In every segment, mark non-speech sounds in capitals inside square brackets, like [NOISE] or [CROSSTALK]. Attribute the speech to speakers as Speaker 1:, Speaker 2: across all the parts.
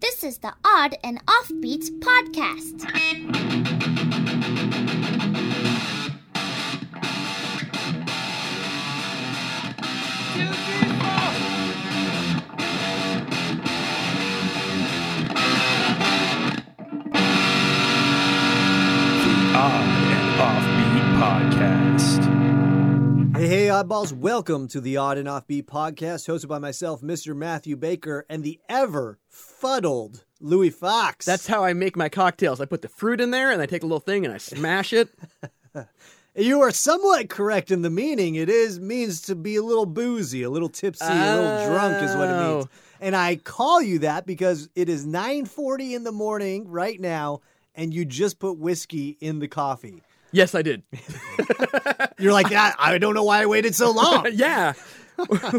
Speaker 1: This is the Odd and Offbeats podcast.
Speaker 2: Odd and Offbeat Podcast.
Speaker 3: Hey, hey, oddballs, welcome to the Odd and Offbeat podcast hosted by myself, Mr. Matthew Baker, and the ever fuddled Louis Fox.
Speaker 4: That's how I make my cocktails. I put the fruit in there and I take a little thing and I smash it.
Speaker 3: you are somewhat correct in the meaning. It is means to be a little boozy, a little tipsy, a little drunk is what it means.
Speaker 4: Oh.
Speaker 3: And I call you that because it is 9:40 in the morning right now and you just put whiskey in the coffee.
Speaker 4: [LAUGHS] yes, I [LAUGHS] did.
Speaker 3: You're like, "Ah, I don't know why I waited
Speaker 4: [LAUGHS]
Speaker 3: so long.
Speaker 4: yeah.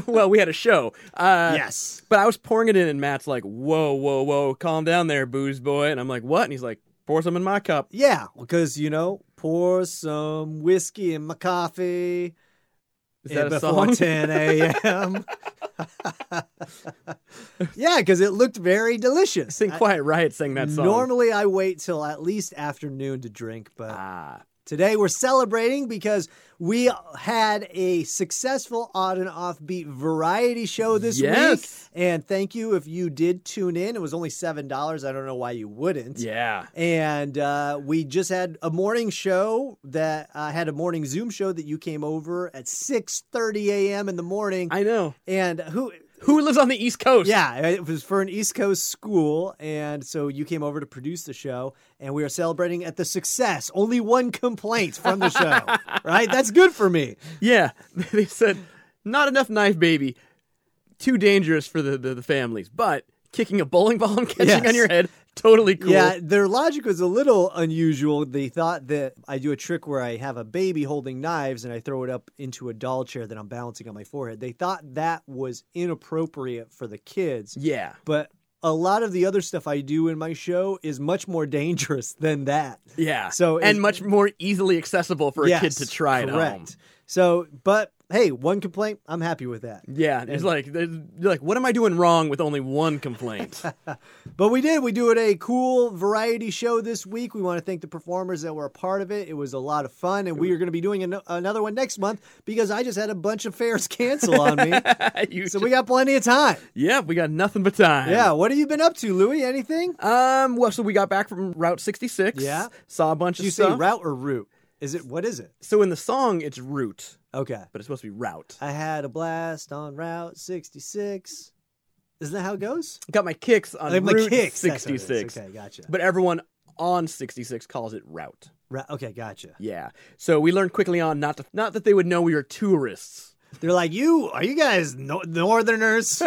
Speaker 4: well, we had a show. Uh,
Speaker 3: yes.
Speaker 4: But I was pouring it in and Matt's like, whoa, whoa, whoa, calm down there, booze boy. And I'm like, what? And he's like, pour some in my cup.
Speaker 3: Yeah, because you know, pour some whiskey in my coffee
Speaker 4: Is that a
Speaker 3: before
Speaker 4: song?
Speaker 3: 10 a.m. yeah, because it looked very
Speaker 4: [LAUGHS]
Speaker 3: delicious.
Speaker 4: Sing Quiet Riot sang that song.
Speaker 3: Normally, I wait till at least afternoon to drink, but
Speaker 4: Ah.
Speaker 3: today we're celebrating because we had a successful odd and offbeat variety show this week.
Speaker 4: Yes.
Speaker 3: And thank you if you did tune in. It was only $7. I don't know why you wouldn't.
Speaker 4: Yeah.
Speaker 3: And uh, we just had a morning show that I had a morning Zoom show that you came over at 6:30 a.m. in the morning.
Speaker 4: I know.
Speaker 3: and who?
Speaker 4: Who lives on the East Coast?
Speaker 3: Yeah, it was for an East Coast school, and so you came over to produce the show, and we are celebrating at the success. Only one complaint from the show, right? That's good for me.
Speaker 4: Yeah. [LAUGHS] they said, not enough knife, baby. Too dangerous for the, the, the families. But kicking a bowling ball and [LAUGHS] catching
Speaker 3: Yes.
Speaker 4: on your head, totally cool.
Speaker 3: Yeah, their logic was a little unusual. They thought that I do a trick where I have a baby holding knives and I throw it up into a doll chair that I'm balancing on my forehead. They thought that was inappropriate for the kids,
Speaker 4: Yeah.
Speaker 3: but a lot of the other stuff I do in my show is much more dangerous [LAUGHS] than that.
Speaker 4: Yeah.
Speaker 3: So it's-
Speaker 4: and much more easily accessible for a kid
Speaker 3: Yes,
Speaker 4: to try at
Speaker 3: correct.
Speaker 4: home.
Speaker 3: So, but hey, one complaint, I'm happy with that.
Speaker 4: Yeah, it's like they're you're like, what am I doing wrong with only one
Speaker 3: [LAUGHS]
Speaker 4: complaint? [LAUGHS]
Speaker 3: But we did. We do it a cool variety show this week. We want to thank the performers that were a part of it. It was a lot of fun, and we are going to be doing an- another one next month because I just had a bunch of fairs [LAUGHS] cancel on me.
Speaker 4: [LAUGHS] You
Speaker 3: so
Speaker 4: ju-
Speaker 3: we got plenty of time.
Speaker 4: yeah, we got nothing but time.
Speaker 3: Yeah. What have you been up to, Louie? Anything?
Speaker 4: Um. Well, so we got back from Route 66.
Speaker 3: Yeah.
Speaker 4: Saw a bunch
Speaker 3: Did
Speaker 4: of
Speaker 3: you say
Speaker 4: stuff.
Speaker 3: route or route? Is it what is it?
Speaker 4: so in the song, it's route,
Speaker 3: Okay.
Speaker 4: but it's supposed to be route.
Speaker 3: I had a blast on Route 66. Isn't that how it goes?
Speaker 4: got my kicks on
Speaker 3: I have my
Speaker 4: route
Speaker 3: kicks. That's what it is.
Speaker 4: 66.
Speaker 3: Okay, gotcha.
Speaker 4: But everyone on 66 calls it route.
Speaker 3: Ra- okay, gotcha.
Speaker 4: Yeah. So we learned quickly on not to, not that they would know we were tourists.
Speaker 3: They're like, you are you guys no-
Speaker 4: [LAUGHS]
Speaker 3: northerners?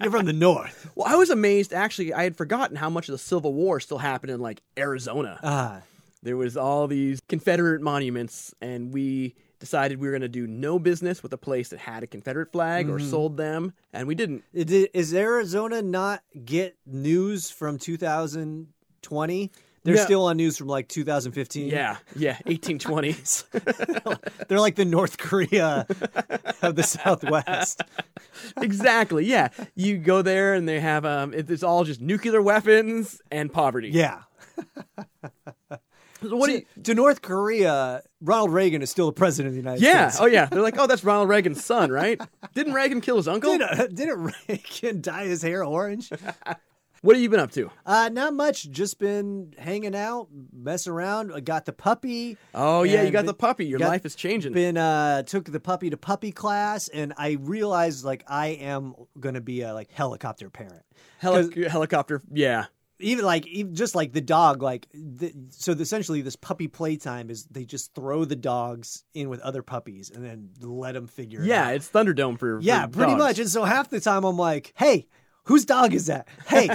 Speaker 3: You're from the north.
Speaker 4: Well, I was amazed actually. I had forgotten how much of the Civil War still happened in like Arizona.
Speaker 3: Ah,
Speaker 4: There was all these Confederate monuments, and we decided we were going to do no business with a place that had a Confederate flag or sold them, and we didn't.
Speaker 3: is, is Arizona not get news from 2020? They're
Speaker 4: No.
Speaker 3: still on news from like 2015.
Speaker 4: Yeah, yeah, 1820s.
Speaker 3: They're like the North Korea [LAUGHS] of the Southwest.
Speaker 4: exactly. Yeah, you go there and they have um, it, it's all just nuclear weapons and poverty.
Speaker 3: Yeah.
Speaker 4: So What do you?
Speaker 3: To North Korea, Ronald Reagan is still the president of the United
Speaker 4: Yeah.
Speaker 3: States.
Speaker 4: Oh, yeah. They're like, oh, that's Ronald Reagan's son,
Speaker 3: [LAUGHS]
Speaker 4: right? Didn't Reagan kill his uncle?
Speaker 3: Did, uh, [LAUGHS] didn't Reagan dye his hair orange?
Speaker 4: What have you been up to?
Speaker 3: Uh, not much. Just been hanging out, messing around. I got the puppy.
Speaker 4: Oh, yeah, you
Speaker 3: and
Speaker 4: got
Speaker 3: been-
Speaker 4: the puppy. Your
Speaker 3: got-
Speaker 4: life is changing.
Speaker 3: Been uh, took the puppy to puppy class, and I realized like I am gonna be a like helicopter parent.
Speaker 4: Heli- helicopter. Yeah.
Speaker 3: Even like even just like the dog, like the, so essentially this puppy playtime is they just throw the dogs in with other puppies and then let them figure. it
Speaker 4: Yeah,
Speaker 3: out.
Speaker 4: it's Thunderdome for for
Speaker 3: yeah, pretty
Speaker 4: dogs.
Speaker 3: much. And so half the time I'm like, hey. Whose dog is that?
Speaker 4: [LAUGHS]
Speaker 3: Hey,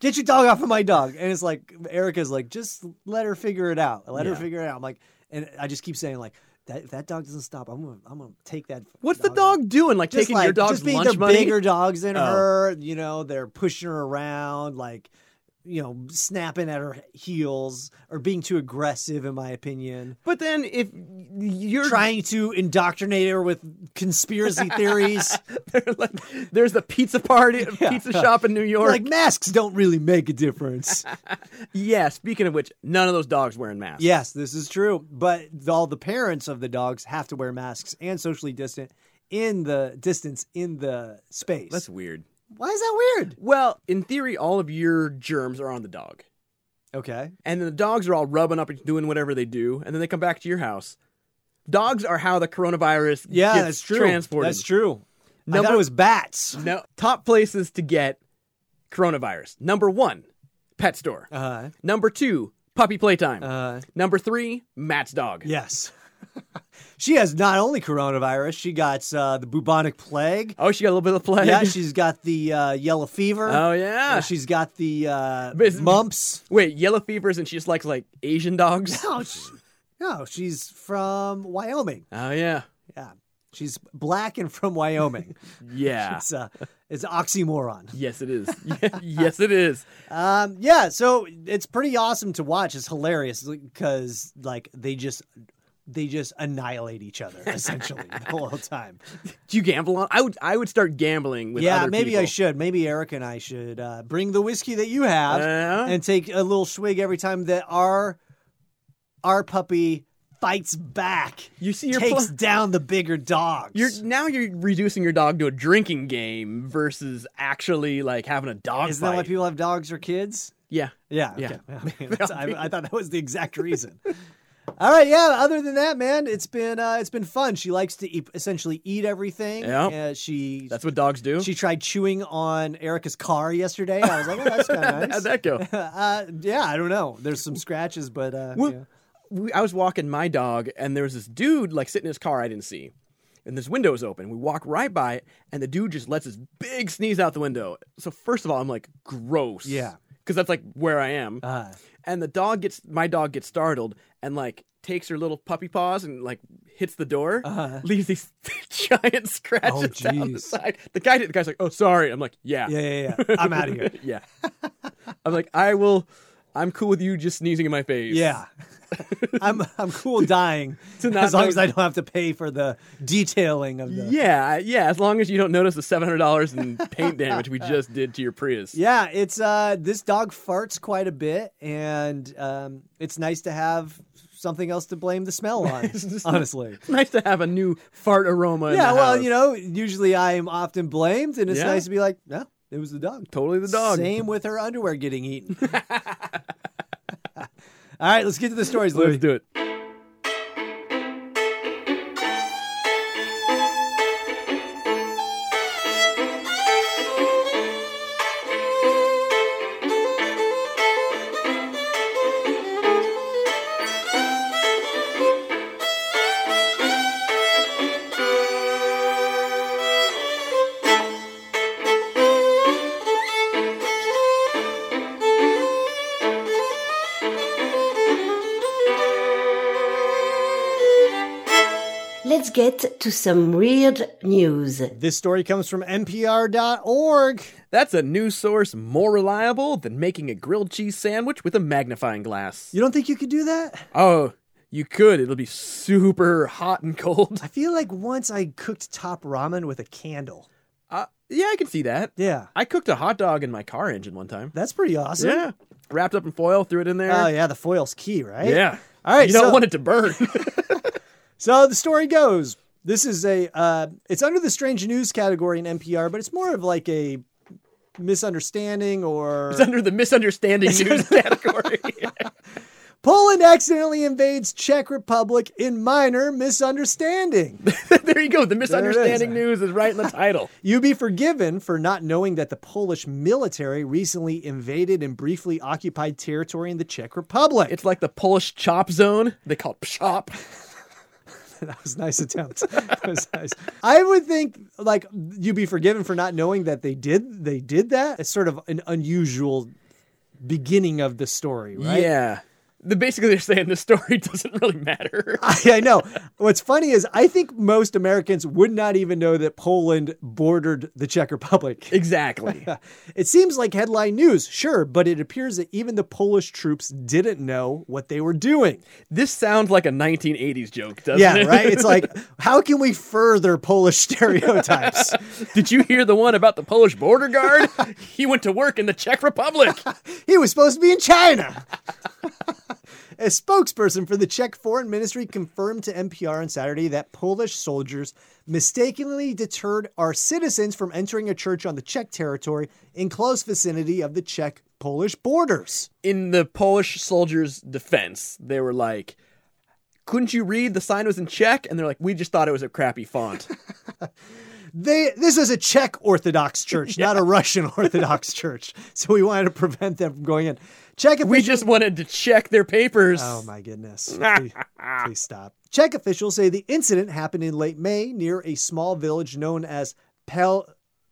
Speaker 3: get your dog off of my dog. And it's like Erica's like, just let her figure it out. Let her
Speaker 4: Yeah.
Speaker 3: figure it out. I'm like, and I just keep saying like, that if that dog doesn't stop, I'm gonna I'm gonna take that.
Speaker 4: What's the
Speaker 3: out."
Speaker 4: dog doing? Like
Speaker 3: just
Speaker 4: taking
Speaker 3: like,
Speaker 4: your dog's
Speaker 3: just being
Speaker 4: lunch
Speaker 3: they're
Speaker 4: money?
Speaker 3: bigger dogs than
Speaker 4: Oh.
Speaker 3: her. You know, they're pushing her around. Like you know, snapping at her heels or being too aggressive, in my opinion.
Speaker 4: [LAUGHS] But then if you're [LAUGHS]
Speaker 3: Trying to indoctrinate her with conspiracy
Speaker 4: [LAUGHS]
Speaker 3: theories.
Speaker 4: there's the pizza
Speaker 3: [LAUGHS]
Speaker 4: party, pizza shop in New York.
Speaker 3: like, masks don't really make a [LAUGHS] difference.
Speaker 4: yeah. Speaking of which, none of those dogs wearing masks.
Speaker 3: yes, this is true. But all the parents of the dogs have to wear masks and socially distant in the distance in the space.
Speaker 4: That's weird.
Speaker 3: Why is that weird?
Speaker 4: Well, in theory, all of your germs are on the dog.
Speaker 3: Okay.
Speaker 4: And then the dogs are all rubbing up and doing whatever they do. And then they come back to your house. Dogs are how the coronavirus
Speaker 3: Yeah,
Speaker 4: gets
Speaker 3: that's true.
Speaker 4: transported.
Speaker 3: That's true. I
Speaker 4: Number-
Speaker 3: thought it was bats.
Speaker 4: No, top places to get coronavirus. Number one, pet store.
Speaker 3: Uh,
Speaker 4: Number two, puppy playtime.
Speaker 3: uh,
Speaker 4: Number three, Matt's dog.
Speaker 3: yes. [LAUGHS] she has not only coronavirus, she got uh, the
Speaker 4: [LAUGHS]
Speaker 3: bubonic plague.
Speaker 4: Oh, she got a little bit of plague. [LAUGHS]
Speaker 3: Yeah, she's got the uh, yellow fever.
Speaker 4: oh yeah.
Speaker 3: And she's got the uh,
Speaker 4: But it's-
Speaker 3: mumps.
Speaker 4: Wait, yellow fevers, and she just likes like Asian
Speaker 3: [LAUGHS]
Speaker 4: dogs.
Speaker 3: No, she- no, she's from Wyoming.
Speaker 4: Oh yeah,
Speaker 3: Yeah, she's black and from Wyoming.
Speaker 4: [LAUGHS] yeah.
Speaker 3: it's uh, it's an oxymoron.
Speaker 4: yes, it is. [LAUGHS] yes, it is.
Speaker 3: Um, yeah, so it's pretty awesome to watch. It's hilarious because like they just they just annihilate each
Speaker 4: [LAUGHS]
Speaker 3: other essentially the whole time.
Speaker 4: Do you gamble on? I would. I would start gambling with.
Speaker 3: yeah,
Speaker 4: other
Speaker 3: maybe I
Speaker 4: people.
Speaker 3: should. Maybe Eric and I should uh, bring the whiskey that you have
Speaker 4: Yeah.
Speaker 3: and take a little swig every time that our our puppy fights back.
Speaker 4: You see, you're,
Speaker 3: takes
Speaker 4: pl-
Speaker 3: down the bigger dogs.
Speaker 4: you're now you're reducing your dog to a drinking game versus actually like having a dog
Speaker 3: Isn't
Speaker 4: fight.
Speaker 3: that why people have dogs or kids?
Speaker 4: yeah.
Speaker 3: Yeah.
Speaker 4: Yeah.
Speaker 3: Okay.
Speaker 4: [LAUGHS]
Speaker 3: [LAUGHS] I, mean, that's- I, I thought that was the exact reason. [LAUGHS] All right. Yeah. Other than that, man, it's been uh, it's been fun. She likes to eat, essentially eat everything.
Speaker 4: Yeah.
Speaker 3: Uh, she
Speaker 4: That's what dogs do. [LAUGHS]
Speaker 3: she tried chewing on Erica's car yesterday. I was like, oh, that's kind of
Speaker 4: [LAUGHS]
Speaker 3: nice.
Speaker 4: How'd that go?
Speaker 3: [LAUGHS] uh, yeah. I don't know. There's some scratches, but uh,
Speaker 4: Well,
Speaker 3: yeah.
Speaker 4: we, I was walking my dog, and there was this dude like sitting in his car I didn't see. And this window was open. We walk right by it, and the dude just lets his big sneeze out the window. So, first of all, I'm like, gross.
Speaker 3: Yeah.
Speaker 4: Because that's like where I am.
Speaker 3: Uh,
Speaker 4: and the dog gets, my dog gets startled and like takes her little puppy paws and like hits the door,
Speaker 3: Uh-huh. Oh,
Speaker 4: leaves these [LAUGHS] giant scratches down the
Speaker 3: jeez.
Speaker 4: side. The guy, did- the guy's like, oh, sorry. I'm like, yeah.
Speaker 3: yeah. Yeah. Yeah. I'm out of here.
Speaker 4: [LAUGHS] yeah. I'm like, I will, I'm cool with you just sneezing in my face.
Speaker 3: Yeah. [LAUGHS] I'm I'm
Speaker 4: [LAUGHS]
Speaker 3: cool dying
Speaker 4: not
Speaker 3: as long
Speaker 4: know-
Speaker 3: as I don't have to pay for the detailing of the
Speaker 4: Yeah, I- yeah. As long as you don't notice the seven hundred dollars in
Speaker 3: [LAUGHS]
Speaker 4: paint damage we just did to your Prius.
Speaker 3: Yeah, it's uh this dog farts quite a bit and um it's nice to have something else to blame
Speaker 4: [LAUGHS]
Speaker 3: the smell on, honestly.
Speaker 4: [LAUGHS] It's nice to have a new fart aroma.
Speaker 3: Yeah, well, you know, usually I am often blamed and it's
Speaker 4: Yeah.
Speaker 3: nice to be like, no, it was the dog.
Speaker 4: totally the dog.
Speaker 3: Same with her underwear getting eaten.
Speaker 4: [LAUGHS]
Speaker 3: All right, let's get to the stories, Louis.
Speaker 4: Let's do it.
Speaker 5: Let's get to some weird news.
Speaker 3: This story comes from npr.org.
Speaker 4: That's a news source more reliable than making a grilled cheese sandwich with a magnifying glass.
Speaker 3: You don't think you could do that?
Speaker 4: Oh, you could. It'll be super hot and cold. [LAUGHS]
Speaker 3: I feel like once I cooked top ramen with a candle.
Speaker 4: Uh, yeah, I can see that.
Speaker 3: Yeah.
Speaker 4: I cooked a hot dog in my car engine one time.
Speaker 3: That's pretty awesome.
Speaker 4: Yeah, wrapped up in foil, threw it in there.
Speaker 3: Oh yeah, the foil's key, right?
Speaker 4: Uh, Yeah.
Speaker 3: All right,
Speaker 4: You don't
Speaker 3: so-
Speaker 4: want it to burn. [LAUGHS]
Speaker 3: So the story goes. This is a. Uh, it's under the strange news category in NPR, but it's more of like a misunderstanding or
Speaker 4: it's under the misunderstanding [LAUGHS] news category.
Speaker 3: Poland accidentally invades Czech Republic in
Speaker 4: [LAUGHS]
Speaker 3: minor misunderstanding.
Speaker 4: there you go. The misunderstanding news is right in the title.
Speaker 3: you be forgiven for not knowing that the Polish military recently invaded and briefly occupied territory in the Czech Republic.
Speaker 4: It's like the Polish chop zone. They call it pshop.
Speaker 3: That was a nice attempt. [LAUGHS] That was nice. I would think like you'd be forgiven for not knowing that they did they did that. It's sort of an unusual beginning of the story, right?
Speaker 4: Yeah. the, basically they're saying the story [LAUGHS] doesn't really [LAUGHS] matter.
Speaker 3: [LAUGHS] I, I know. What's funny is I think most Americans would not even know that Poland bordered the Czech Republic. [LAUGHS]
Speaker 4: exactly.
Speaker 3: It seems like headline news, sure, but it appears that even the Polish troops didn't know what they were doing.
Speaker 4: This sounds like a 1980s joke, doesn't
Speaker 3: Yeah,
Speaker 4: it?
Speaker 3: right? It's like, how can we further
Speaker 4: [LAUGHS]
Speaker 3: Polish stereotypes?
Speaker 4: [LAUGHS] Did you hear the one about the Polish border
Speaker 3: [LAUGHS]
Speaker 4: guard? he went to work in the Czech Republic.
Speaker 3: he was supposed to be in China. [LAUGHS] A spokesperson for the Czech Foreign Ministry confirmed to NPR on Saturday that Polish soldiers mistakenly deterred our citizens from entering a church on the Czech territory in close vicinity of the Czech Polish borders.
Speaker 4: In the Polish soldiers' defense, they were like, couldn't you read the sign was in Czech? And they're like, we just thought it was a crappy
Speaker 3: [LAUGHS]
Speaker 4: font.
Speaker 3: They this is a Czech Orthodox church, not a Russian [LAUGHS] Orthodox church. So we wanted to prevent them from going in. Czech
Speaker 4: We
Speaker 3: officials
Speaker 4: just wanted to check their papers.
Speaker 3: Oh my goodness. Please, please stop. Czech officials say the incident happened in late May near a small village known as Pel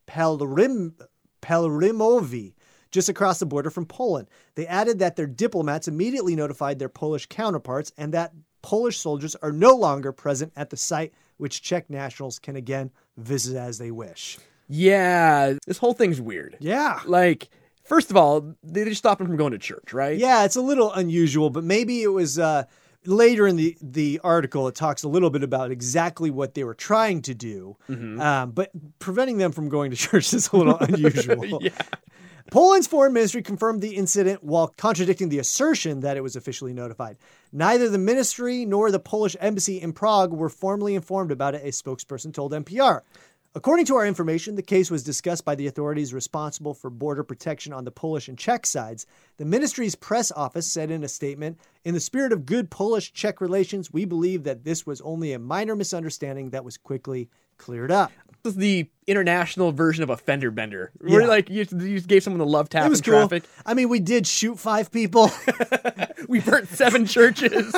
Speaker 3: Pelrim Pelrimovi, just across the border from Poland. They added that their diplomats immediately notified their Polish counterparts and that Polish soldiers are no longer present at the site, which Czech nationals can again visit as they wish.
Speaker 4: Yeah, this whole thing's weird.
Speaker 3: Yeah.
Speaker 4: Like, first of all, they just stopped him from going to church, right?
Speaker 3: Yeah, it's a little unusual, but maybe it was uh, later in the, the article. It talks a little bit about exactly what they were trying to do, um, but preventing them from going to [LAUGHS] church is a little unusual. Poland's foreign ministry confirmed the incident while contradicting the assertion that it was officially notified. Neither the ministry nor the Polish embassy in Prague were formally informed about it, a spokesperson told NPR. According to our information, the case was discussed by the authorities responsible for border protection on the Polish and Czech sides. The ministry's press office said in a statement In the spirit of good Polish Czech relations, we believe that this was only a minor misunderstanding that was quickly cleared up.
Speaker 4: This is the international version of a fender bender. Where
Speaker 3: Yeah.
Speaker 4: like you, you just gave someone the love tap
Speaker 3: It was
Speaker 4: in
Speaker 3: cool.
Speaker 4: traffic.
Speaker 3: I mean, we did shoot five people. [LAUGHS]
Speaker 4: We burnt seven churches.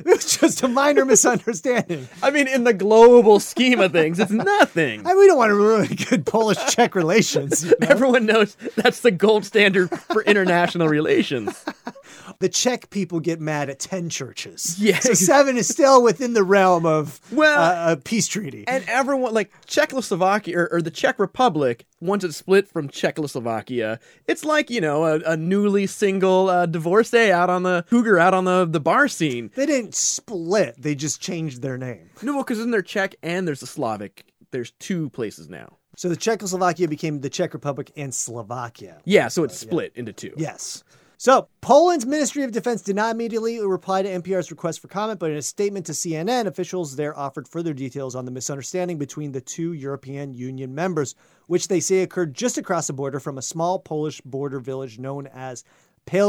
Speaker 3: It was just a minor misunderstanding.
Speaker 4: [LAUGHS] I mean, in the global scheme of things, it's nothing.
Speaker 3: I, we don't want to ruin
Speaker 4: [LAUGHS]
Speaker 3: good Polish Czech relations. you know?
Speaker 4: Everyone knows that's the gold standard for international relations.
Speaker 3: The Czech people get mad at 10 churches.
Speaker 4: Yeah.
Speaker 3: So seven is still within the realm of
Speaker 4: Well-
Speaker 3: uh, a peace treaty.
Speaker 4: And everyone, like Czechoslovakia or, or the Czech Republic, once it's split from Czechoslovakia, it's like, you know, a, a newly single uh, divorcee out on the cougar out on the, the bar scene.
Speaker 3: they didn't split, they just changed their name.
Speaker 4: No, because isn't there Czech and there's a Slavic? There's two places now.
Speaker 3: So the Czechoslovakia became the Czech Republic and Slovakia.
Speaker 4: Yeah, so it's split into two.
Speaker 3: Yes. So, Poland's Ministry of Defense did not immediately reply to NPR's request for comment, but in a statement to CNN, officials there offered further details on the misunderstanding between the two European Union members, which they say occurred just across the border from a small Polish border village known as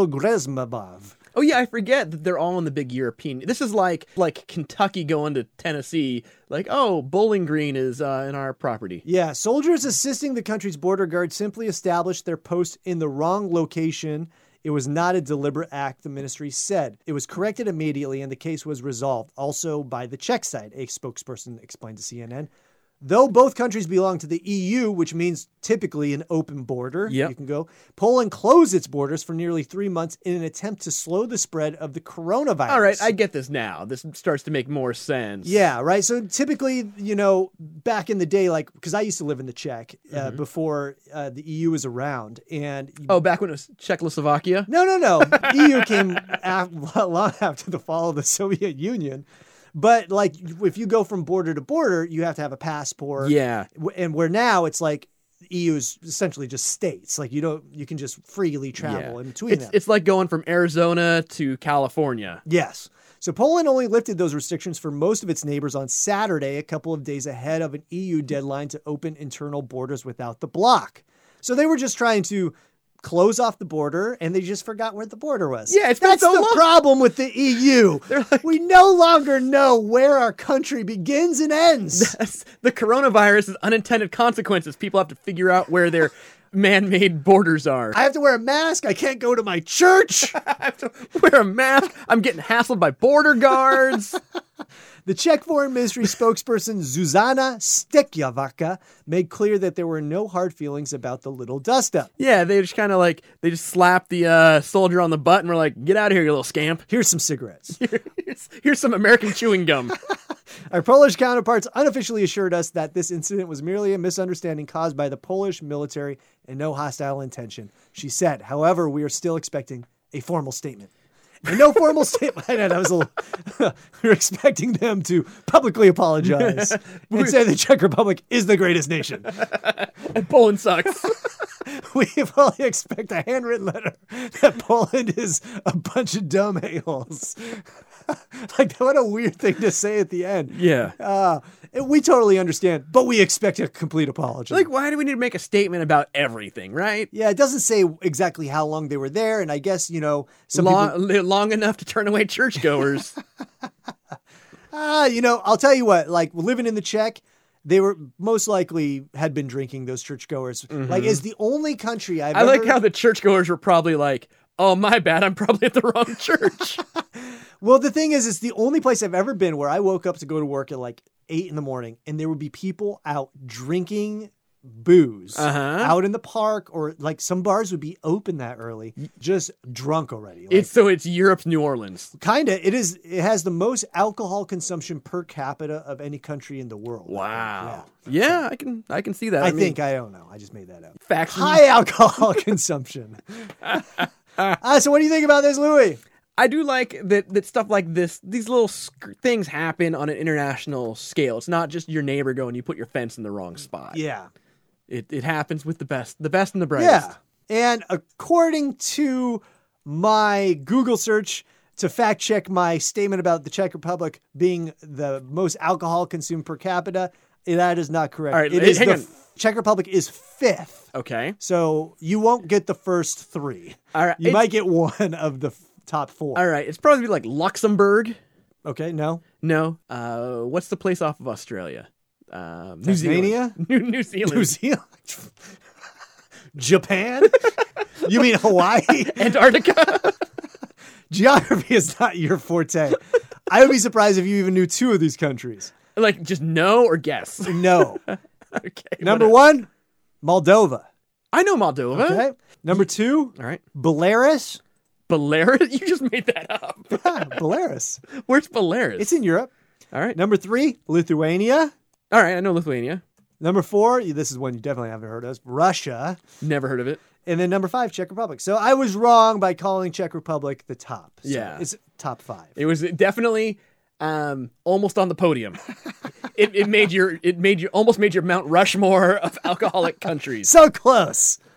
Speaker 3: Pelgrzymabov.
Speaker 4: Oh yeah, I forget that they're all in the big European. This is like like Kentucky going to Tennessee. Like oh, Bowling Green is uh, in our property.
Speaker 3: Yeah, soldiers assisting the country's border guard simply established their post in the wrong location. It was not a deliberate act, the ministry said. It was corrected immediately, and the case was resolved, also by the Czech side, a spokesperson explained to CNN. Though both countries belong to the EU, which means typically an open border,
Speaker 4: Yep.
Speaker 3: you can go. Poland closed its borders for nearly three months in an attempt to slow the spread of the coronavirus.
Speaker 4: All right, I get this now. This starts to make more sense.
Speaker 3: Yeah, right. So typically, you know, back in the day, like because I used to live in the Czech uh, before uh, the EU was around, and
Speaker 4: Mm-hmm. Oh, back when it was Czechoslovakia.
Speaker 3: no,
Speaker 4: [LAUGHS]
Speaker 3: no, no, EU came af- long after the fall of the [LAUGHS] Soviet Union. But like, if you go from border to border, you have to have a passport.
Speaker 4: Yeah.
Speaker 3: W- and where now it's like the EU is essentially just states. Like you don't, you can just freely travel
Speaker 4: yeah.
Speaker 3: in between
Speaker 4: It's
Speaker 3: them.
Speaker 4: it's like going from Arizona to California. [LAUGHS]
Speaker 3: Yes. So Poland only lifted those restrictions for most of its neighbors on Saturday, a couple of days ahead of an EU deadline to open internal borders without the bloc. So they were just trying to close off the border and they just forgot where the border was.
Speaker 4: Yeah, it's been
Speaker 3: that's
Speaker 4: so
Speaker 3: the
Speaker 4: long.
Speaker 3: problem with the EU.
Speaker 4: [LAUGHS]
Speaker 3: we no longer know where our country begins and ends.
Speaker 4: That's, the coronavirus is unintended consequences. People have to figure out where
Speaker 3: [LAUGHS]
Speaker 4: their man-made borders are.
Speaker 3: I have to wear a mask. I can't go to my
Speaker 4: [LAUGHS]
Speaker 3: church.
Speaker 4: I have to wear a mask. I'm getting hassled by border guards.
Speaker 3: The Czech Foreign Ministry spokesperson Zuzana Stekiavaka made clear that there were no hard feelings about the little dustup.
Speaker 4: Yeah, they just kind of like they just slapped the uh, soldier on the butt and were like, "Get out of here, you little scamp." [LAUGHS]
Speaker 3: Here's some cigarettes.
Speaker 4: here's, here's some American chewing gum. [LAUGHS]
Speaker 3: Our Polish counterparts unofficially assured us that this incident was merely a misunderstanding caused by the Polish military and no hostile intention. She said, however, we are still expecting a formal statement. And no formal [LAUGHS] statement. I know that was a little. [LAUGHS] we're expecting them to publicly apologize and say the Czech Republic is the greatest nation.
Speaker 4: and Poland sucks.
Speaker 3: [LAUGHS] We fully expect a handwritten letter that Poland is a bunch of dumb a-holes. [LAUGHS] like, what a weird thing to say at the end.
Speaker 4: yeah.
Speaker 3: Uh, and we totally understand, but we expect a complete apology.
Speaker 4: [LAUGHS] Like, why do we need to make a statement about everything, right?
Speaker 3: yeah, it doesn't say exactly how long they were there, and I guess you know some
Speaker 4: Long,
Speaker 3: people.
Speaker 4: li- long enough to turn away [LAUGHS] churchgoers.
Speaker 3: Ah, you know, I'll tell you what. Like living in the Czech, they were most likely had been drinking. Those churchgoers, like, is the only country I've
Speaker 4: Mm-hmm. I like
Speaker 3: ever-
Speaker 4: how the churchgoers were probably like, "Oh, my bad. I'm probably at the wrong [LAUGHS] church."
Speaker 3: Well, the thing is, it's the only place I've ever been where I woke up to go to work at like eight in the morning, and there would be people out drinking booze
Speaker 4: Uh-huh.
Speaker 3: out in the park, or like some bars would be open that early, just drunk already. Like,
Speaker 4: it's so it's Europe's New Orleans.
Speaker 3: kinda. It is. It has the most alcohol consumption per capita of any country in the world.
Speaker 4: Yeah, I can I can see that.
Speaker 3: Yeah. I,
Speaker 4: mean,
Speaker 3: think uh, I don't know. I just made
Speaker 4: [LAUGHS]
Speaker 3: that up.
Speaker 4: facts.
Speaker 3: High
Speaker 4: [LAUGHS]
Speaker 3: alcohol consumption. Ah, so what do you think about this, Louis?
Speaker 4: I do like that that stuff like this. These little sc- things happen on an international scale. It's not just your neighbor going, "You put your fence in the wrong spot."
Speaker 3: Yeah.
Speaker 4: It it happens with the best, the best and the brightest.
Speaker 3: Yeah. And according to my Google search to fact check my statement about the Czech Republic being the most alcohol consumed per capita, that is not correct.
Speaker 4: All right,
Speaker 3: It
Speaker 4: hey,
Speaker 3: is
Speaker 4: hang
Speaker 3: the
Speaker 4: on.
Speaker 3: f- Czech Republic is fifth.
Speaker 4: Okay.
Speaker 3: So you won't get the first three.
Speaker 4: All right.
Speaker 3: You
Speaker 4: it's-
Speaker 3: might get one of the f- top four.
Speaker 4: All right. It's probably like Luxembourg.
Speaker 3: Okay, no.
Speaker 4: No. Uh, what's the place off of Australia? Um, [LAUGHS] New
Speaker 3: Tasmania?
Speaker 4: Zealand. New, New Zealand.
Speaker 3: New Zealand. [LAUGHS]
Speaker 4: [LAUGHS]
Speaker 3: Japan? you mean Hawaii?
Speaker 4: Antarctica. [LAUGHS]
Speaker 3: Geography is not your forte. I would be surprised if you even knew two of these countries.
Speaker 4: like just no or guess. [LAUGHS]
Speaker 3: No.
Speaker 4: okay.
Speaker 3: Number
Speaker 4: whatever.
Speaker 3: one, Moldova.
Speaker 4: I know Moldova.
Speaker 3: Okay. Number two,
Speaker 4: All right.
Speaker 3: Belarus. [LAUGHS]
Speaker 4: Belarus. [LAUGHS] You just made that up.
Speaker 3: Ah, Belarus.
Speaker 4: Where's Belarus?
Speaker 3: It's in Europe.
Speaker 4: All right.
Speaker 3: Number three, Lithuania.
Speaker 4: All right. I know Lithuania.
Speaker 3: Number four, this is one you definitely haven't heard of, Russia.
Speaker 4: Never heard of it.
Speaker 3: And then number five, Czech Republic. So I was wrong by calling Czech Republic the top. So
Speaker 4: Yeah.
Speaker 3: It's top five.
Speaker 4: It was definitely um, almost on the podium. it, it made your it made you almost made your Mount Rushmore of alcoholic countries.
Speaker 3: So close. [LAUGHS]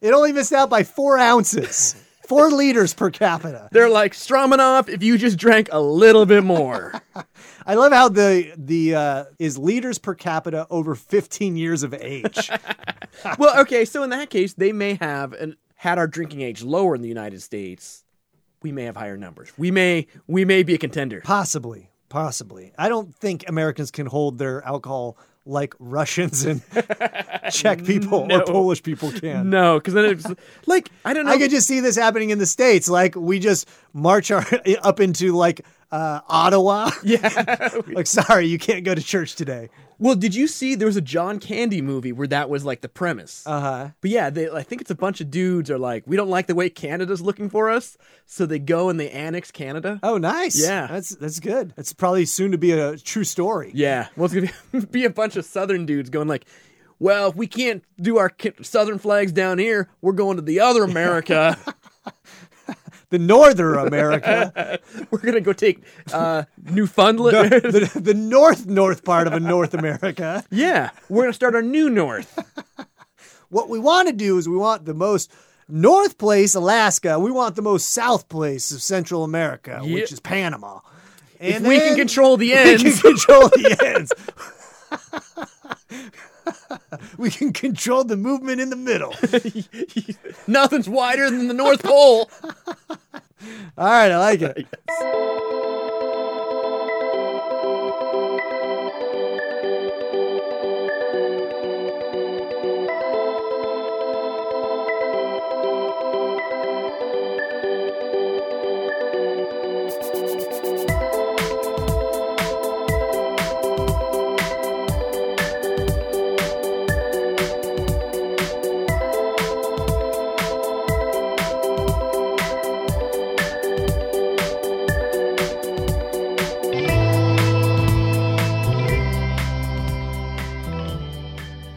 Speaker 3: It only missed out by four ounces, four liters per capita.
Speaker 4: They're like Stromanov if you just drank a little bit more.
Speaker 3: I love how the the uh, is liters per capita over 15 years of
Speaker 4: [LAUGHS]
Speaker 3: age.
Speaker 4: well, okay, so in that case, they may have an, had our drinking age lower in the United States. We may have higher numbers. We may we may be a contender.
Speaker 3: Possibly, possibly. I don't think Americans can hold their alcohol like
Speaker 4: [LAUGHS]
Speaker 3: Russians and Czech people or Polish people can.
Speaker 4: No, because then it's like I don't know.
Speaker 3: I could just see this happening in the states. Like we just march our [LAUGHS] up into like uh, Ottawa.
Speaker 4: [LAUGHS] yeah.
Speaker 3: [LAUGHS] like, sorry, you can't go to church today.
Speaker 4: well, did you see there was a John Candy movie where that was like the premise?
Speaker 3: Uh huh.
Speaker 4: But yeah, they, I think it's a bunch of dudes are like, we don't like the way Canada's looking for us, so they go and they annex Canada.
Speaker 3: Oh, nice.
Speaker 4: Yeah.
Speaker 3: that's that's good. That's probably soon to be a true story.
Speaker 4: Yeah, well, it's gonna be, be [LAUGHS] a bunch of Southern dudes going like, well, if we can't do our ki- Southern flags down here, we're going to the other
Speaker 3: [LAUGHS]
Speaker 4: America. [LAUGHS]
Speaker 3: The Northern America.
Speaker 4: we're gonna go take uh, Newfoundland. [LAUGHS]
Speaker 3: [LAUGHS] the, the north north part of a North America.
Speaker 4: yeah, we're gonna start our new North.
Speaker 3: What we want to do is we want the most north place, Alaska. We want the most south place of Central America,
Speaker 4: Yeah.
Speaker 3: which is Panama.
Speaker 4: If
Speaker 3: And
Speaker 4: we
Speaker 3: [LAUGHS]
Speaker 4: can
Speaker 3: then
Speaker 4: control the
Speaker 3: we can
Speaker 4: ends.
Speaker 3: control the ends. [LAUGHS] we can control the movement in the
Speaker 4: [LAUGHS]
Speaker 3: middle.
Speaker 4: [LAUGHS] Nothing's wider than the North Pole.
Speaker 3: All right, I like it.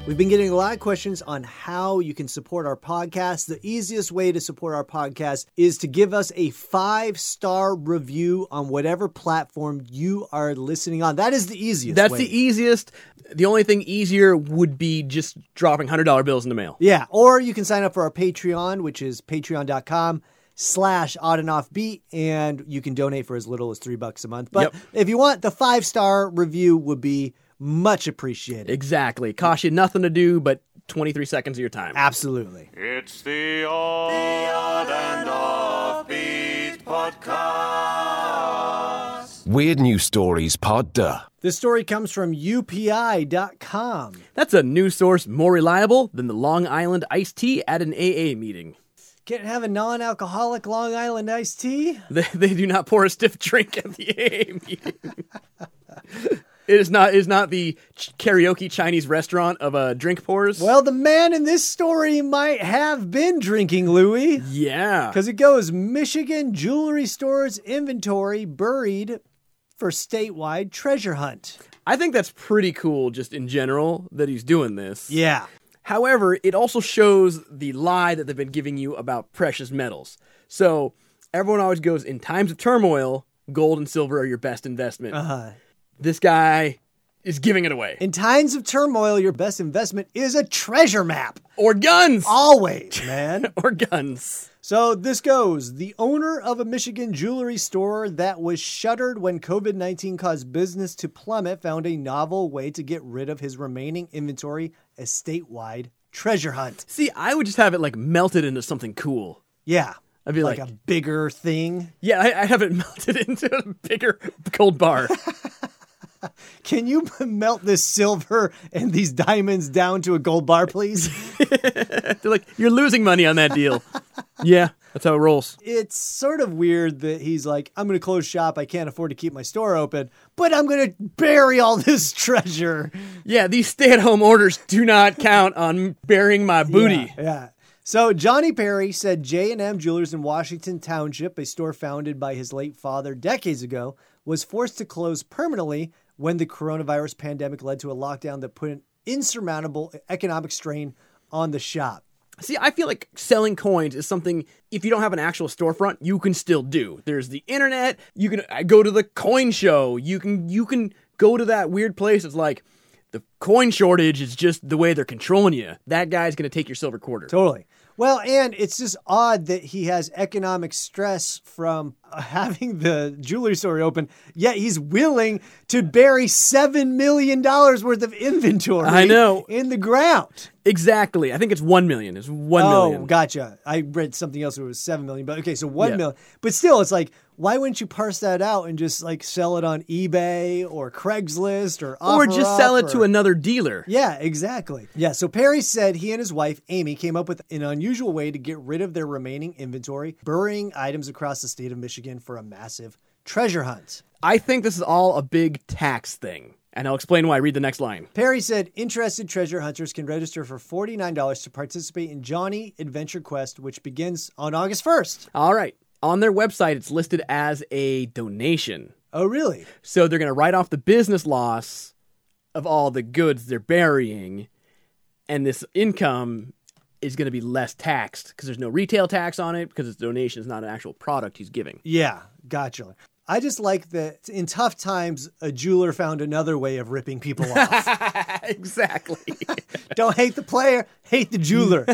Speaker 3: We've been getting a lot of questions on how you can support our podcast. The easiest way to support our podcast is to give us a five star review on whatever platform you are listening on. That is the easiest.
Speaker 4: That's
Speaker 3: way.
Speaker 4: the e- easiest. The only thing easier would be just dropping hundred dollar bills in the mail.
Speaker 3: Yeah, or you can sign up for our Patreon, which is patreon.com slash odd and off beat, and you can donate for as little as three bucks a month. But
Speaker 4: Yep.
Speaker 3: if you want, the five star review would be much appreciated.
Speaker 4: Exactly. Cost you nothing to do but twenty three seconds of your time.
Speaker 3: Absolutely.
Speaker 6: It's the Odd, and Offbeat Podcast.
Speaker 7: Weird News Stories Pod Duh.
Speaker 3: This story comes from upi.com.
Speaker 4: That's a news source more reliable than the Long Island iced tea at an AA meeting. [LAUGHS]
Speaker 3: Can't have a non alcoholic Long Island iced tea?
Speaker 4: They, they do not pour a stiff drink at the AA meeting. [LAUGHS] it is not it is not the ch- karaoke Chinese restaurant of uh, drink pours.
Speaker 3: Well, the man in this story might have been drinking, Louie.
Speaker 4: yeah.
Speaker 3: Because it goes Michigan jewelry store's inventory buried for statewide treasure hunt.
Speaker 4: I think that's pretty cool just in general that he's doing this.
Speaker 3: Yeah.
Speaker 4: However, it also shows the lie that they've been giving you about precious metals. So everyone always goes in times of turmoil, gold and silver are your best investment.
Speaker 3: Uh,
Speaker 4: This guy is giving it away.
Speaker 3: in times of turmoil, your best investment is a treasure map.
Speaker 4: Or guns.
Speaker 3: Always, man.
Speaker 4: [LAUGHS] or guns.
Speaker 3: so this goes the owner of a Michigan jewelry store that was shuttered when COVID 19 caused business to plummet found a novel way to get rid of his remaining inventory a statewide treasure hunt.
Speaker 4: See, I would just have it like melted into something cool.
Speaker 3: Yeah.
Speaker 4: I'd be
Speaker 3: Like
Speaker 4: like,
Speaker 3: a bigger thing.
Speaker 4: yeah, I, I have it [LAUGHS] melted into a bigger gold [LAUGHS] bar.
Speaker 3: Can you [LAUGHS] melt this silver and these diamonds down to a gold bar, please?
Speaker 4: [LAUGHS] They're like, you're losing money on that [LAUGHS] deal. yeah, that's how it rolls.
Speaker 3: it's sort of weird that he's like, I'm going to close shop. I can't afford to keep my store open, but I'm going to bury all this treasure.
Speaker 4: Yeah, these stay at home orders do not count on burying my booty.
Speaker 3: Yeah. yeah. So Johnny Perry said J&M Jewelers in Washington Township, a store founded by his late father decades ago, was forced to close permanently when the coronavirus pandemic led to a lockdown that put an insurmountable economic strain on the shop.
Speaker 4: See, I feel like selling coins is something, if you don't have an actual storefront, you can still do. There's the internet, you can I go to the coin show, you can you can go to that weird place. It's like the coin shortage is just the way they're controlling you. That guy's gonna take your silver quarter.
Speaker 3: Totally. Well, and it's just odd that he has economic stress from uh, [LAUGHS] having the jewelry store open, yet he's willing to bury $7 million worth of inventory
Speaker 4: I know.
Speaker 3: in the ground.
Speaker 4: Exactly. I think it's one million. It's one
Speaker 3: oh,
Speaker 4: million.
Speaker 3: gotcha. I read something else where it was 7 million, but okay, so one
Speaker 4: Yeah.
Speaker 3: million. But still, it's like, why wouldn't you parse that out and just like sell it on eBay or Craigslist or
Speaker 4: Or just sell it
Speaker 3: to
Speaker 4: to
Speaker 3: another.
Speaker 4: another dealer.
Speaker 3: Yeah, exactly. Yeah, so Perry said he and his wife, Amy, came up with an unusual way to get rid of their remaining inventory, burying items across the state of Michigan for a massive treasure hunt.
Speaker 4: I think this is all a big tax thing. And I'll explain why. Read the next line.
Speaker 3: Perry said interested treasure hunters can register for $49 to participate in Johnny Adventure Quest, which begins on August 1st.
Speaker 4: All right. On their website, it's listed as a donation.
Speaker 3: Oh, really?
Speaker 4: So they're going to write off the business loss of all the goods they're burying, and this income is going to be less taxed because there's no retail tax on it because it's a donation, it's not an actual product he's giving.
Speaker 3: Yeah, gotcha. I just like that in tough times, a jeweler found another way of ripping people off.
Speaker 4: [LAUGHS] exactly.
Speaker 3: Don't hate the player, hate the jeweler.
Speaker 4: [LAUGHS]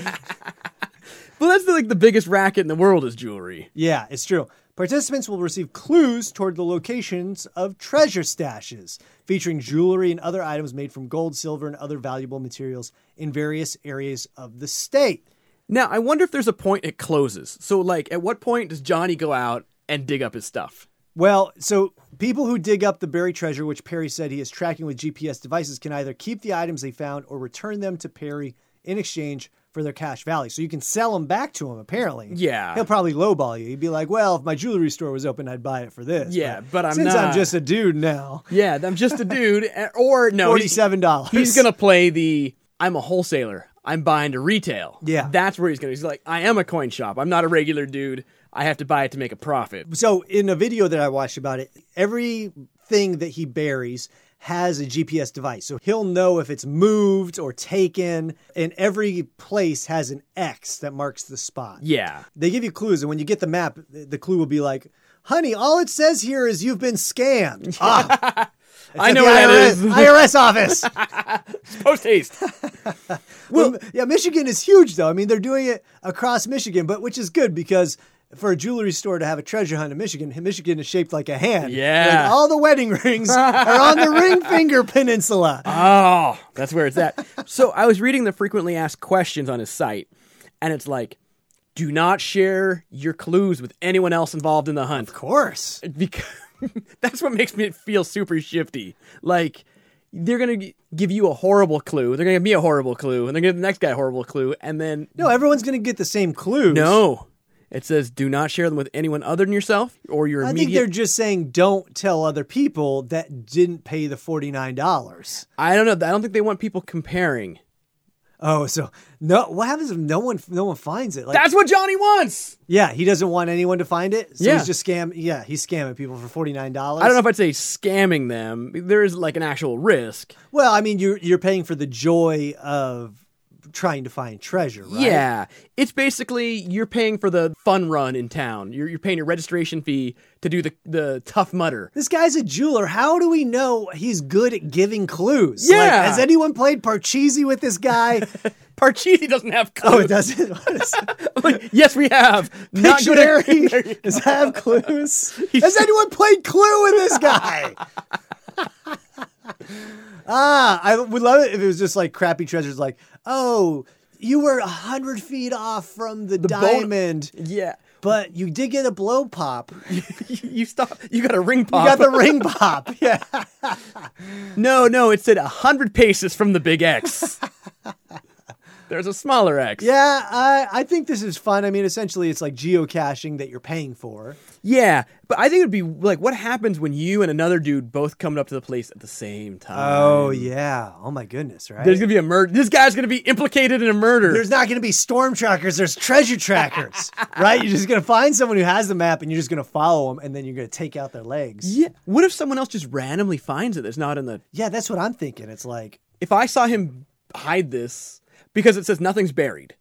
Speaker 4: well, that's like the biggest racket in the world is jewelry.
Speaker 3: Yeah, it's true. Participants will receive clues toward the locations of treasure stashes, featuring jewelry and other items made from gold, silver, and other valuable materials in various areas of the state.
Speaker 4: Now, I wonder if there's a point it closes. So, like, at what point does Johnny go out and dig up his stuff?
Speaker 3: Well, so people who dig up the buried treasure, which Perry said he is tracking with GPS devices, can either keep the items they found or return them to Perry in exchange for their cash value. So you can sell them back to him, apparently.
Speaker 4: Yeah.
Speaker 3: He'll probably lowball you. He'd be like, well, if my jewelry store was open, I'd buy it for this.
Speaker 4: Yeah, but I'm
Speaker 3: Since I'm
Speaker 4: not.
Speaker 3: just a dude now.
Speaker 4: Yeah, I'm just a dude. and- Or, [LAUGHS] no. he-
Speaker 3: Forty-seven dollars.
Speaker 4: He's gonna play the I'm a wholesaler. I'm buying to retail.
Speaker 3: Yeah.
Speaker 4: That's where he's gonna he's like, I am a coin shop. I'm not a regular dude. I have to buy it to make a profit.
Speaker 3: So in a video that I watched about it, everything that he buries has a GPS device. So he'll know if it's moved or taken, and every place has an X that marks the spot.
Speaker 4: Yeah.
Speaker 3: They give you clues, and when you get the map, the the clue will be like, honey, all it says here is you've
Speaker 4: [LAUGHS]
Speaker 3: been scammed. Ah,
Speaker 4: I know
Speaker 3: the
Speaker 4: where that
Speaker 3: IRS,
Speaker 4: is. [LAUGHS]
Speaker 3: IRS office.
Speaker 4: Post haste.
Speaker 3: Well, yeah, Michigan is huge, though. I mean, they're doing it across Michigan, but which is good because for a jewelry store to have a treasure hunt in Michigan, Michigan is shaped like a hand.
Speaker 4: Yeah.
Speaker 3: Like all the wedding [LAUGHS] rings are on the
Speaker 4: [LAUGHS]
Speaker 3: Ring Finger Peninsula.
Speaker 4: Oh, that's where it's at. so I was reading the frequently asked questions on his site, and it's like, do not share your clues with anyone else involved in the hunt.
Speaker 3: of course.
Speaker 4: because [LAUGHS] that's what makes me feel super shifty. Like they're gonna g- give you a horrible clue. They're gonna give me a horrible clue, and they're gonna give the next guy a horrible clue, and
Speaker 3: [LAUGHS]
Speaker 4: then
Speaker 3: No, everyone's going to get the same clues.
Speaker 4: no. It says do not share them with anyone other than yourself or your
Speaker 3: I think
Speaker 4: immediate.
Speaker 3: they're just saying don't tell other people that didn't pay the $49.
Speaker 4: I don't know. I don't think they want people comparing.
Speaker 3: Oh, so no, what happens if no one no one finds it? Like,
Speaker 4: That's what Johnny wants.
Speaker 3: yeah, he doesn't want anyone to find it. So
Speaker 4: Yeah.
Speaker 3: he's just scam. Yeah, he's scamming people for forty nine dollars.
Speaker 4: I don't know if I'd say scamming them. There is like an actual risk.
Speaker 3: Well, I mean, you're you're paying for the joy of trying to find treasure, right?
Speaker 4: Yeah, it's basically you're paying for the fun run in town. You're, you're paying your registration fee to do the the tough mutter.
Speaker 3: This guy's a jeweler. How do we know he's good at giving clues? Like,
Speaker 4: Yeah.
Speaker 3: has anyone played Parcheesi with
Speaker 4: [LAUGHS]
Speaker 3: this guy?
Speaker 4: Parcheesi doesn't have
Speaker 3: oh,
Speaker 4: clues.
Speaker 3: it [LAUGHS] doesn't. What is
Speaker 4: Like, yes, we have. [LAUGHS] Not good at- [LAUGHS] There you
Speaker 3: Pictionary?
Speaker 4: go.
Speaker 3: Does that have clues?
Speaker 4: [LAUGHS]
Speaker 3: has anyone played Clue with this guy? [LAUGHS] ah, I would love it if it was just like crappy treasures, like, oh, you were a hundred feet off from the,
Speaker 4: bone-
Speaker 3: diamond.
Speaker 4: yeah.
Speaker 3: But you did get a blow pop. You
Speaker 4: [LAUGHS] You, you stop. You got a ring pop.
Speaker 3: got the
Speaker 4: [LAUGHS]
Speaker 3: ring pop. Yeah.
Speaker 4: no, no. It said hundred paces from the big [LAUGHS] X. There's a smaller X.
Speaker 3: Yeah, I, I think this is fun. I mean, essentially, it's like geocaching that you're paying for.
Speaker 4: Yeah, but I think it'd be like, what happens when you and another dude both come up to the place at the same time?
Speaker 3: Oh, yeah. Oh, my goodness, right?
Speaker 4: There's gonna be a murder. This guy's gonna be implicated in a murder.
Speaker 3: There's not going to be storm trackers. There's
Speaker 4: [LAUGHS]
Speaker 3: treasure trackers, right? You're just going to find someone who has the map and you're just going to follow them and then you're going to take out their legs.
Speaker 4: yeah. What if someone else just randomly finds it? That's not in the.
Speaker 3: Yeah, that's what I'm thinking. It's like,
Speaker 4: If I saw him hide this because it says nothing's buried.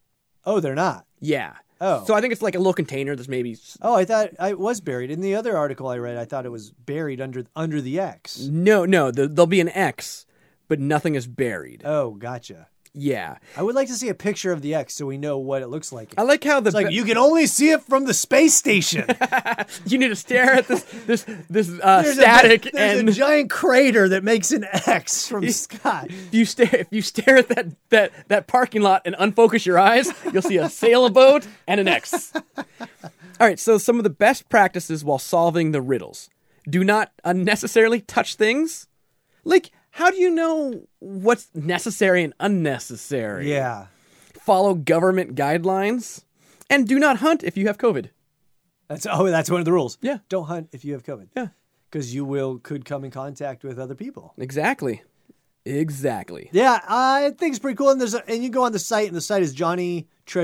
Speaker 3: oh, they're not.
Speaker 4: Yeah.
Speaker 3: Oh.
Speaker 4: So I think it's like a little container that's maybe s-
Speaker 3: Oh, I thought I was buried. In the other article I read, I thought it was buried under under the X.
Speaker 4: no, no. The, there'll be an X, but nothing is buried.
Speaker 3: Oh, gotcha.
Speaker 4: yeah.
Speaker 3: I would like to see a picture of the X so we know what it looks like.
Speaker 4: I like how the
Speaker 3: It's like
Speaker 4: ba-
Speaker 3: you can only see it from the space station.
Speaker 4: [LAUGHS] you need to stare at this this this uh,
Speaker 3: There's a-
Speaker 4: static
Speaker 3: there's
Speaker 4: and
Speaker 3: a giant crater that makes an X from Scott.
Speaker 4: [LAUGHS] if you stare if you stare at that that that parking lot and unfocus your eyes, you'll see a
Speaker 3: [LAUGHS]
Speaker 4: sailboat and an X. All right, so some of the best practices while solving the riddles. Do not unnecessarily touch things. Like, how do you know what's necessary and unnecessary?
Speaker 3: Yeah,
Speaker 4: Follow government guidelines and do not hunt if you have COVID.
Speaker 3: that's oh, that's one of the rules.
Speaker 4: Yeah.
Speaker 3: don't hunt if you have COVID.
Speaker 4: Yeah.
Speaker 3: because you will could come in contact with other people.
Speaker 4: Exactly. Exactly.
Speaker 3: Yeah, I think it's pretty cool. And there's a, and you go on the site, and the site is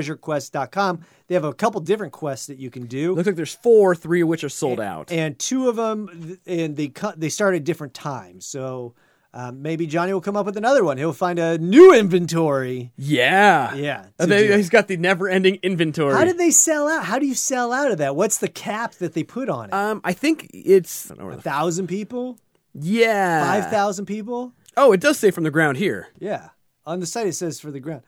Speaker 3: johnnytreasurequest.com. They have a couple different quests that you can do.
Speaker 4: Looks like there's four, three of which are sold out.
Speaker 3: and two of them and they cut they start at different times so um, maybe johnny will come up with another one he'll find a new inventory
Speaker 4: yeah.
Speaker 3: Yeah,
Speaker 4: Uh,
Speaker 3: to
Speaker 4: they-
Speaker 3: do.
Speaker 4: he's got the never ending inventory.
Speaker 3: how did they sell out how do you sell out of that what's the cap that they put on it
Speaker 4: um, I think it's.
Speaker 3: a thousand people
Speaker 4: yeah.
Speaker 3: five thousand people
Speaker 4: Oh, it does say from the ground here.
Speaker 3: yeah on the site it says for the ground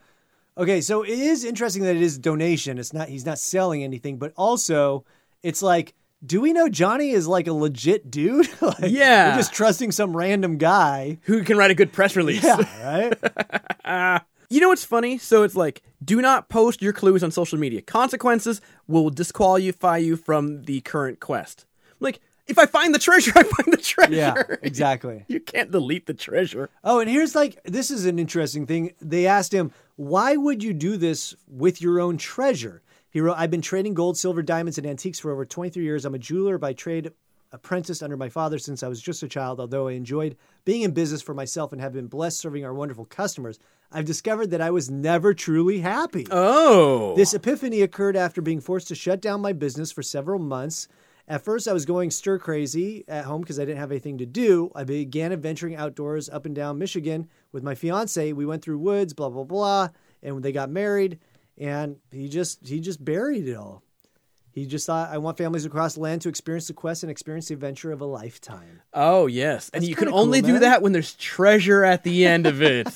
Speaker 3: okay so it is interesting that it is donation it's not he's not selling anything but also it's like do we know johnny is like a legit dude [LAUGHS] like,
Speaker 4: Yeah.
Speaker 3: we're just trusting some random guy
Speaker 4: Who can write a good press release?
Speaker 3: right
Speaker 4: [LAUGHS] You know what's funny? So it's like, do not post your clues on social media. Consequences will disqualify you from the current quest. Like, if I find the treasure, [LAUGHS] I find the treasure.
Speaker 3: yeah exactly
Speaker 4: You can't delete the treasure.
Speaker 3: Oh, and here's like this is an interesting thing. They asked him, "Why would you do this with your own treasure?" He wrote, "I've been trading gold, silver, diamonds, and antiques for over 23 years. I'm a jeweler by trade, apprenticed under my father since I was just a child. Although I enjoyed being in business for myself and have been blessed serving our wonderful customers, I've discovered that I was never truly happy."
Speaker 4: Oh.
Speaker 3: This epiphany occurred after being forced to shut down my business for several months At first, I was going stir crazy at home because I didn't have anything to do. I began adventuring outdoors up and down Michigan with my fiance. We went through woods, blah blah blah, and they got married. And he just he just buried it all. He just thought, I want families across the land to experience the quest and experience the adventure of a lifetime.
Speaker 4: Oh yes, and you can
Speaker 3: pretty cool,
Speaker 4: only do
Speaker 3: man.
Speaker 4: that when there's treasure at the end of
Speaker 3: [LAUGHS]
Speaker 4: it.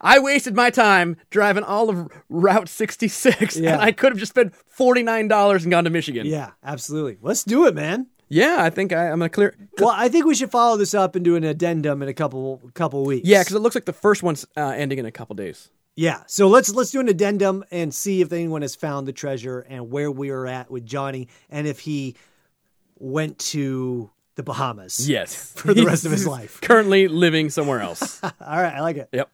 Speaker 4: I wasted my time driving all of Route 66,
Speaker 3: Yeah.
Speaker 4: and I could have just spent forty nine dollars and gone to Michigan.
Speaker 3: Yeah, absolutely. Let's do it, man.
Speaker 4: yeah. I think I, I'm gonna clear.
Speaker 3: Well, I think we should follow this up and do an addendum in a couple couple weeks.
Speaker 4: Yeah, because it looks like the first one's uh, ending in a couple days.
Speaker 3: yeah. So let's let's do an addendum and see if anyone has found the treasure and where we are at with Johnny and if he went to the
Speaker 4: [LAUGHS]
Speaker 3: Bahamas.
Speaker 4: Yes,
Speaker 3: For the rest of [LAUGHS] his life.
Speaker 4: Currently living somewhere
Speaker 3: [LAUGHS]
Speaker 4: else.
Speaker 3: All right, I like it.
Speaker 4: yep.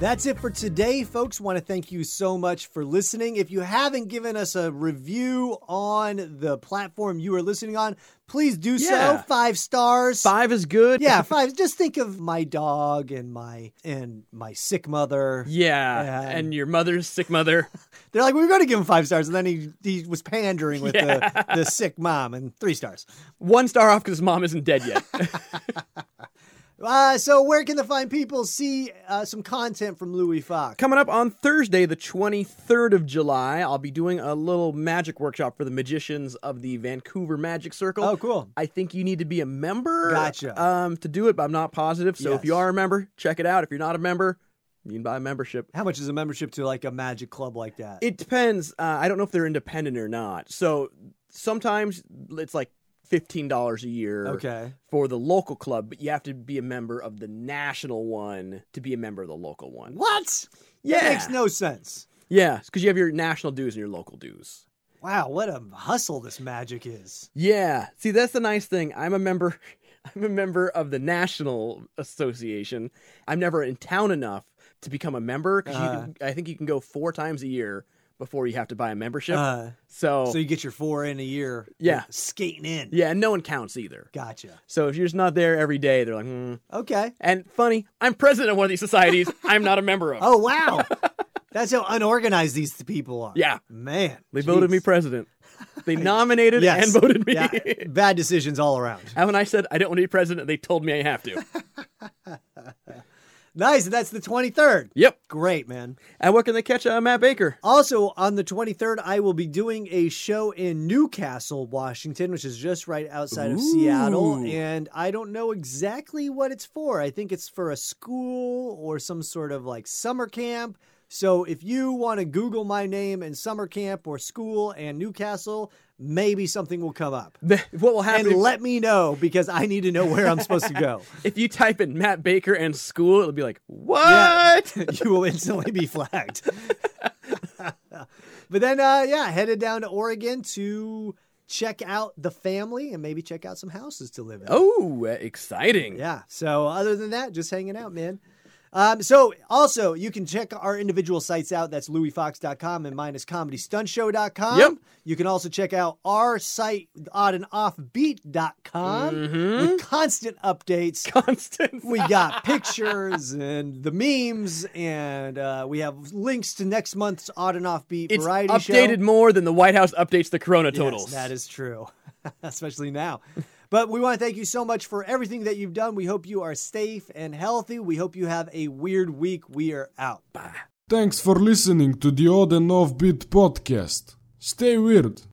Speaker 3: That's it for today, folks. Want to thank you so much for listening. If you haven't given us a review on the platform you are listening on, please do
Speaker 4: Yeah.
Speaker 3: so. Five stars.
Speaker 4: Five is good.
Speaker 3: Yeah, five. Just think of my dog and my and my sick mother.
Speaker 4: [LAUGHS] Yeah,
Speaker 3: Yeah.
Speaker 4: and your mother's sick mother.
Speaker 3: They're like, we were going to give him five stars, and then he he was pandering with the, the sick mom and three stars.
Speaker 4: One star off because his mom isn't dead yet.
Speaker 3: Uh, so where can the fine people see uh, some content from Louis Fox?
Speaker 4: Coming up on Thursday, the 23rd of July, I'll be doing a little magic workshop for the magicians of the Vancouver Magic Circle.
Speaker 3: Oh, cool.
Speaker 4: I think you need to be a member
Speaker 3: Gotcha.
Speaker 4: um, to do it, but I'm not positive. So if
Speaker 3: Yes.
Speaker 4: you are a member, check it out. If you're not a member, you can buy a membership.
Speaker 3: How much is a membership to like a magic club like that?
Speaker 4: It depends. Uh, I don't know if they're independent or not. So sometimes it's like $15 a year
Speaker 3: okay.
Speaker 4: for the local club, but you have to be a member of the national one to be a member of the local one.
Speaker 3: What?
Speaker 4: Yeah.
Speaker 3: That makes no sense.
Speaker 4: Yeah, because you have your national dues and your local dues.
Speaker 3: Wow, what a hustle this magic is.
Speaker 4: Yeah. See, that's the nice thing. I'm a member. [LAUGHS] I'm a member of the National Association. I'm never in town enough to become a member because I think you can go four times a year before you have to buy a membership.
Speaker 3: Uh,
Speaker 4: so,
Speaker 3: so you get your four in a year.
Speaker 4: Yeah.
Speaker 3: like, Skating in.
Speaker 4: yeah, and no one counts either.
Speaker 3: Gotcha.
Speaker 4: So if you're just not there every day, they're like, hmm.
Speaker 3: Okay.
Speaker 4: and funny, I'm president of one of these [LAUGHS] societies. I'm not a member of.
Speaker 3: Oh, wow. [LAUGHS] That's how unorganized these people are.
Speaker 4: Yeah.
Speaker 3: Man.
Speaker 4: they voted
Speaker 3: jeez.
Speaker 4: me president. [LAUGHS] They nominated
Speaker 3: Yes.
Speaker 4: and voted me.
Speaker 3: Yeah, bad decisions all around.
Speaker 4: [LAUGHS] And when I said I don't want to be president, they told me I have [LAUGHS] to.
Speaker 3: Nice. and That's the 23rd.
Speaker 4: yep.
Speaker 3: Great, man.
Speaker 4: And what can they catch uh, Matt Baker?
Speaker 3: Also, on the 23rd, I will be doing a show in Newcastle, Washington, which is just right outside of Seattle. And I don't know exactly what it's for. I think it's for a school or some sort of like summer camp. So if you want to Google my name and summer camp or school and Newcastle, maybe something will come up.
Speaker 4: The- what will happen?
Speaker 3: And
Speaker 4: if-
Speaker 3: let me know because I need to know where I'm supposed to go.
Speaker 4: if you type in Matt Baker and school, it'll be like, what?
Speaker 3: [LAUGHS] you will instantly be flagged. [LAUGHS] but then, uh, yeah, headed down to Oregon to check out the family and maybe check out some houses to live in.
Speaker 4: Oh, uh, exciting.
Speaker 3: Yeah. So other than that, just hanging out, man. Um, so also you can check our individual sites out. That's louisfox.com and mine is comedystuntshow.com.
Speaker 4: Yep.
Speaker 3: You can also check out our site oddandoffbeat.com
Speaker 4: Mm-hmm.
Speaker 3: with constant updates
Speaker 4: [LAUGHS] Constant.
Speaker 3: we got pictures and the memes, and uh, we have links to next month's odd and offbeat
Speaker 4: It's
Speaker 3: variety
Speaker 4: updated
Speaker 3: show.
Speaker 4: more than the White House updates the corona
Speaker 3: Yes,
Speaker 4: totals.
Speaker 3: that is true, [LAUGHS] especially now. But we want to thank you so much for everything that you've done. We hope you are safe and healthy. We hope you have a weird week. We are out.
Speaker 8: Thanks for listening to the Odd and Offbeat podcast. Stay weird.